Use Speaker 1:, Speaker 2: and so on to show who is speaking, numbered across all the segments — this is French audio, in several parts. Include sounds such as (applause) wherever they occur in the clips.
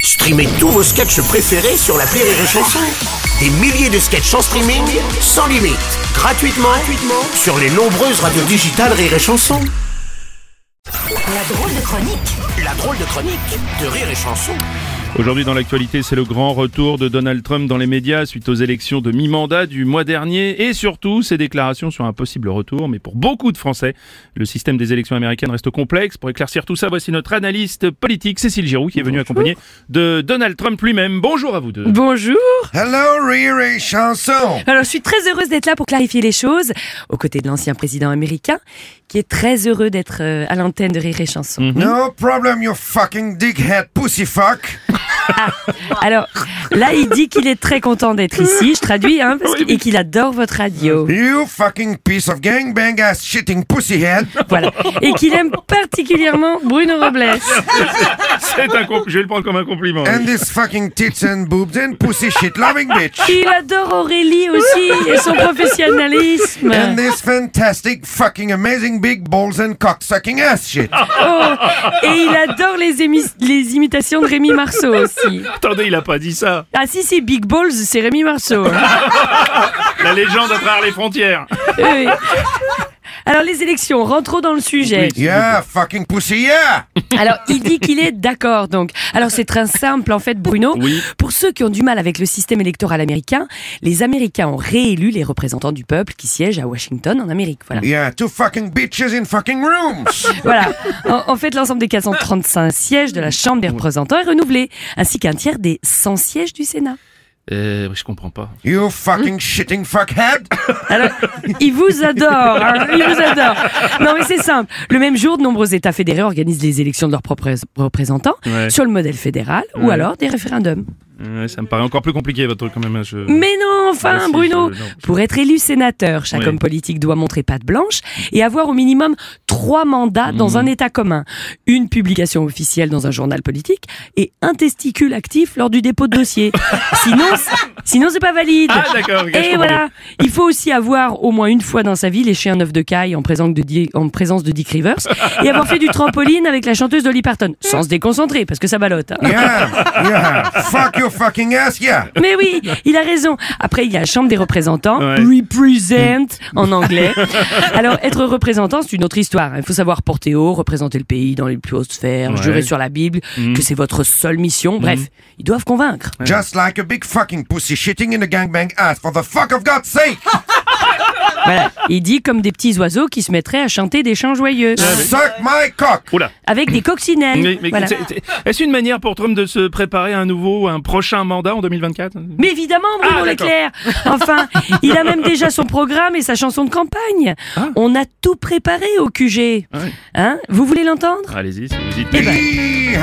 Speaker 1: Streamez tous vos sketchs préférés sur la Rire et Chanson. Des milliers de sketchs en streaming, sans limite, gratuitement, gratuitement sur les nombreuses radios digitales Rire et Chanson. La drôle de chronique, la drôle de chronique de Rire et Chanson.
Speaker 2: Aujourd'hui dans l'actualité, c'est le grand retour de Donald Trump dans les médias suite aux élections de mi-mandat du mois dernier et surtout ses déclarations sur un possible retour. Mais pour beaucoup de Français, le système des élections américaines reste complexe. Pour éclaircir tout ça, voici notre analyste politique Cécile Giroux qui est venue accompagnée de Donald Trump lui-même. Bonjour à vous deux.
Speaker 3: Bonjour
Speaker 4: Hello, Rire et Chanson
Speaker 3: Alors je suis très heureuse d'être là pour clarifier les choses, aux côtés de l'ancien président américain, qui est très heureux d'être euh, à l'antenne de Rire et Chanson.
Speaker 4: No problem, you fucking dickhead pussy fuck
Speaker 3: Alors là, il dit qu'il est très content d'être ici, je traduis, hein, parce que- et qu'il adore votre radio.
Speaker 4: You fucking piece of gangbang ass shitting pussyhead
Speaker 3: Voilà. Et qu'il aime particulièrement Bruno Robles.
Speaker 2: C'est un compl- je vais le prendre comme un compliment.
Speaker 4: And this fucking tits and boobs and pussy shit loving bitch
Speaker 3: Il adore Aurélie aussi et son professionnalisme.
Speaker 4: And this fantastic fucking amazing big balls and cock sucking ass shit
Speaker 3: Oh, et il adore les, émis- les imitations de Rémi Marceau aussi.
Speaker 2: Attendez, il a pas dit ça.
Speaker 3: Ah si, si, Big Balls, c'est Rémi Marceau. hein.
Speaker 2: La légende à travers les frontières.
Speaker 3: Oui. Alors les élections, rentrons dans le sujet.
Speaker 4: Yeah, fucking pussy, yeah
Speaker 3: Alors il dit qu'il est d'accord donc. Alors c'est très simple en fait Bruno.
Speaker 2: Oui.
Speaker 3: Pour ceux qui ont du mal avec le système électoral américain, les Américains ont réélu les représentants du peuple qui siègent à Washington en Amérique. Voilà.
Speaker 4: Yeah, two fucking bitches in fucking rooms
Speaker 3: voilà. En, en fait l'ensemble des 435 sièges de la Chambre des représentants est renouvelé, ainsi qu'un tiers des 100 sièges du Sénat.
Speaker 2: Euh, je comprends pas.
Speaker 4: You fucking shitting fuckhead
Speaker 3: Alors, il vous adore, hein, il vous adore. Non mais c'est simple. Le même jour, de nombreux États fédérés organisent les élections de leurs propres représentants
Speaker 2: Ouais.
Speaker 3: sur le modèle fédéral ou
Speaker 2: Ouais.
Speaker 3: alors des référendums.
Speaker 2: Ouais, ça me paraît encore plus compliqué votre truc quand même. hein, je-
Speaker 3: Mais non, enfin,
Speaker 2: Ah, si,
Speaker 3: Bruno,
Speaker 2: je- non.
Speaker 3: pour être élu sénateur, chaque
Speaker 2: Oui.
Speaker 3: homme politique doit montrer patte blanche et avoir au minimum trois mandats
Speaker 2: Mhm.
Speaker 3: dans un État commun, une publication officielle dans un journal politique et un testicule actif lors du dépôt de
Speaker 2: (laughs)
Speaker 3: dossier. sinon, c'est- sinon c'est pas valide.
Speaker 2: Ah d'accord. ok, je
Speaker 3: Et
Speaker 2: comprends
Speaker 3: voilà, il faut aussi avoir au moins une fois dans sa vie léché un œuf de caille en présence de, Di- en présence de Dick Rivers et avoir fait du trampoline avec la chanteuse Dolly Parton, sans se déconcentrer, parce que ça ballotte. hein.
Speaker 4: Yeah, yeah, fuck your fucking ass, yeah
Speaker 3: Mais oui, il a raison. Après, il y a la Chambre des représentants,
Speaker 2: Ouais.
Speaker 3: represent en anglais. Alors, être représentant, c'est une autre histoire. hein. Il faut savoir porter haut, représenter le pays dans les plus hautes sphères,
Speaker 2: Ouais. Mm.
Speaker 3: jurer sur la Bible, que c'est votre seule mission. Bref, ils doivent convaincre.
Speaker 4: Just like a big fucking pussy shitting in a gangbang ass, for the fuck of God's sake!
Speaker 3: Voilà. Il dit comme des petits oiseaux qui se mettraient à chanter des chants joyeux.
Speaker 4: Suck my cock!
Speaker 2: Oula.
Speaker 3: Avec des coccinelles.
Speaker 2: Ah Mais, mais
Speaker 3: Voilà.
Speaker 2: c'est- c'est- est-ce une manière pour Trump de se préparer à un nouveau, un prochain mandat en 2024
Speaker 3: Mais évidemment, Bruno
Speaker 2: Ah, d'accord.
Speaker 3: Leclerc. Enfin, il
Speaker 2: (laughs)
Speaker 3: a même déjà son programme et sa chanson de campagne.
Speaker 2: Ah.
Speaker 3: On a tout préparé au QG.
Speaker 2: ouais.
Speaker 3: Hein Vous voulez l'entendre
Speaker 2: Allez-y, si vous dites.
Speaker 4: Yeehaw!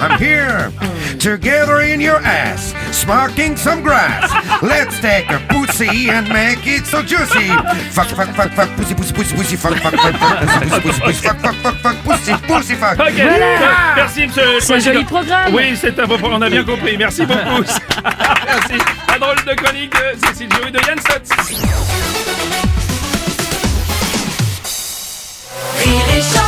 Speaker 4: I'm here! Together in your ass, smoking some grass. Let's take a pussy and make it so juicy. Fuck, fuck, fuck, fuck, pussy, pussy, pussy, pussy, fuck, fuck, fuck, fuck, pussy, pussy, pussy, pussy, fuck, fuck, fuck, fuck, pussy, pussy, fuck.
Speaker 2: ben, Ok, Ah, merci monsieur le
Speaker 3: C'est un
Speaker 2: président.
Speaker 3: joli programme.
Speaker 2: Oui, c'est un beau programme, on a bien compris. Merci beaucoup. (laughs) merci. La drôle de chronique de Cécile Giroux et de Yann Stotz.
Speaker 5: Rire et chanson.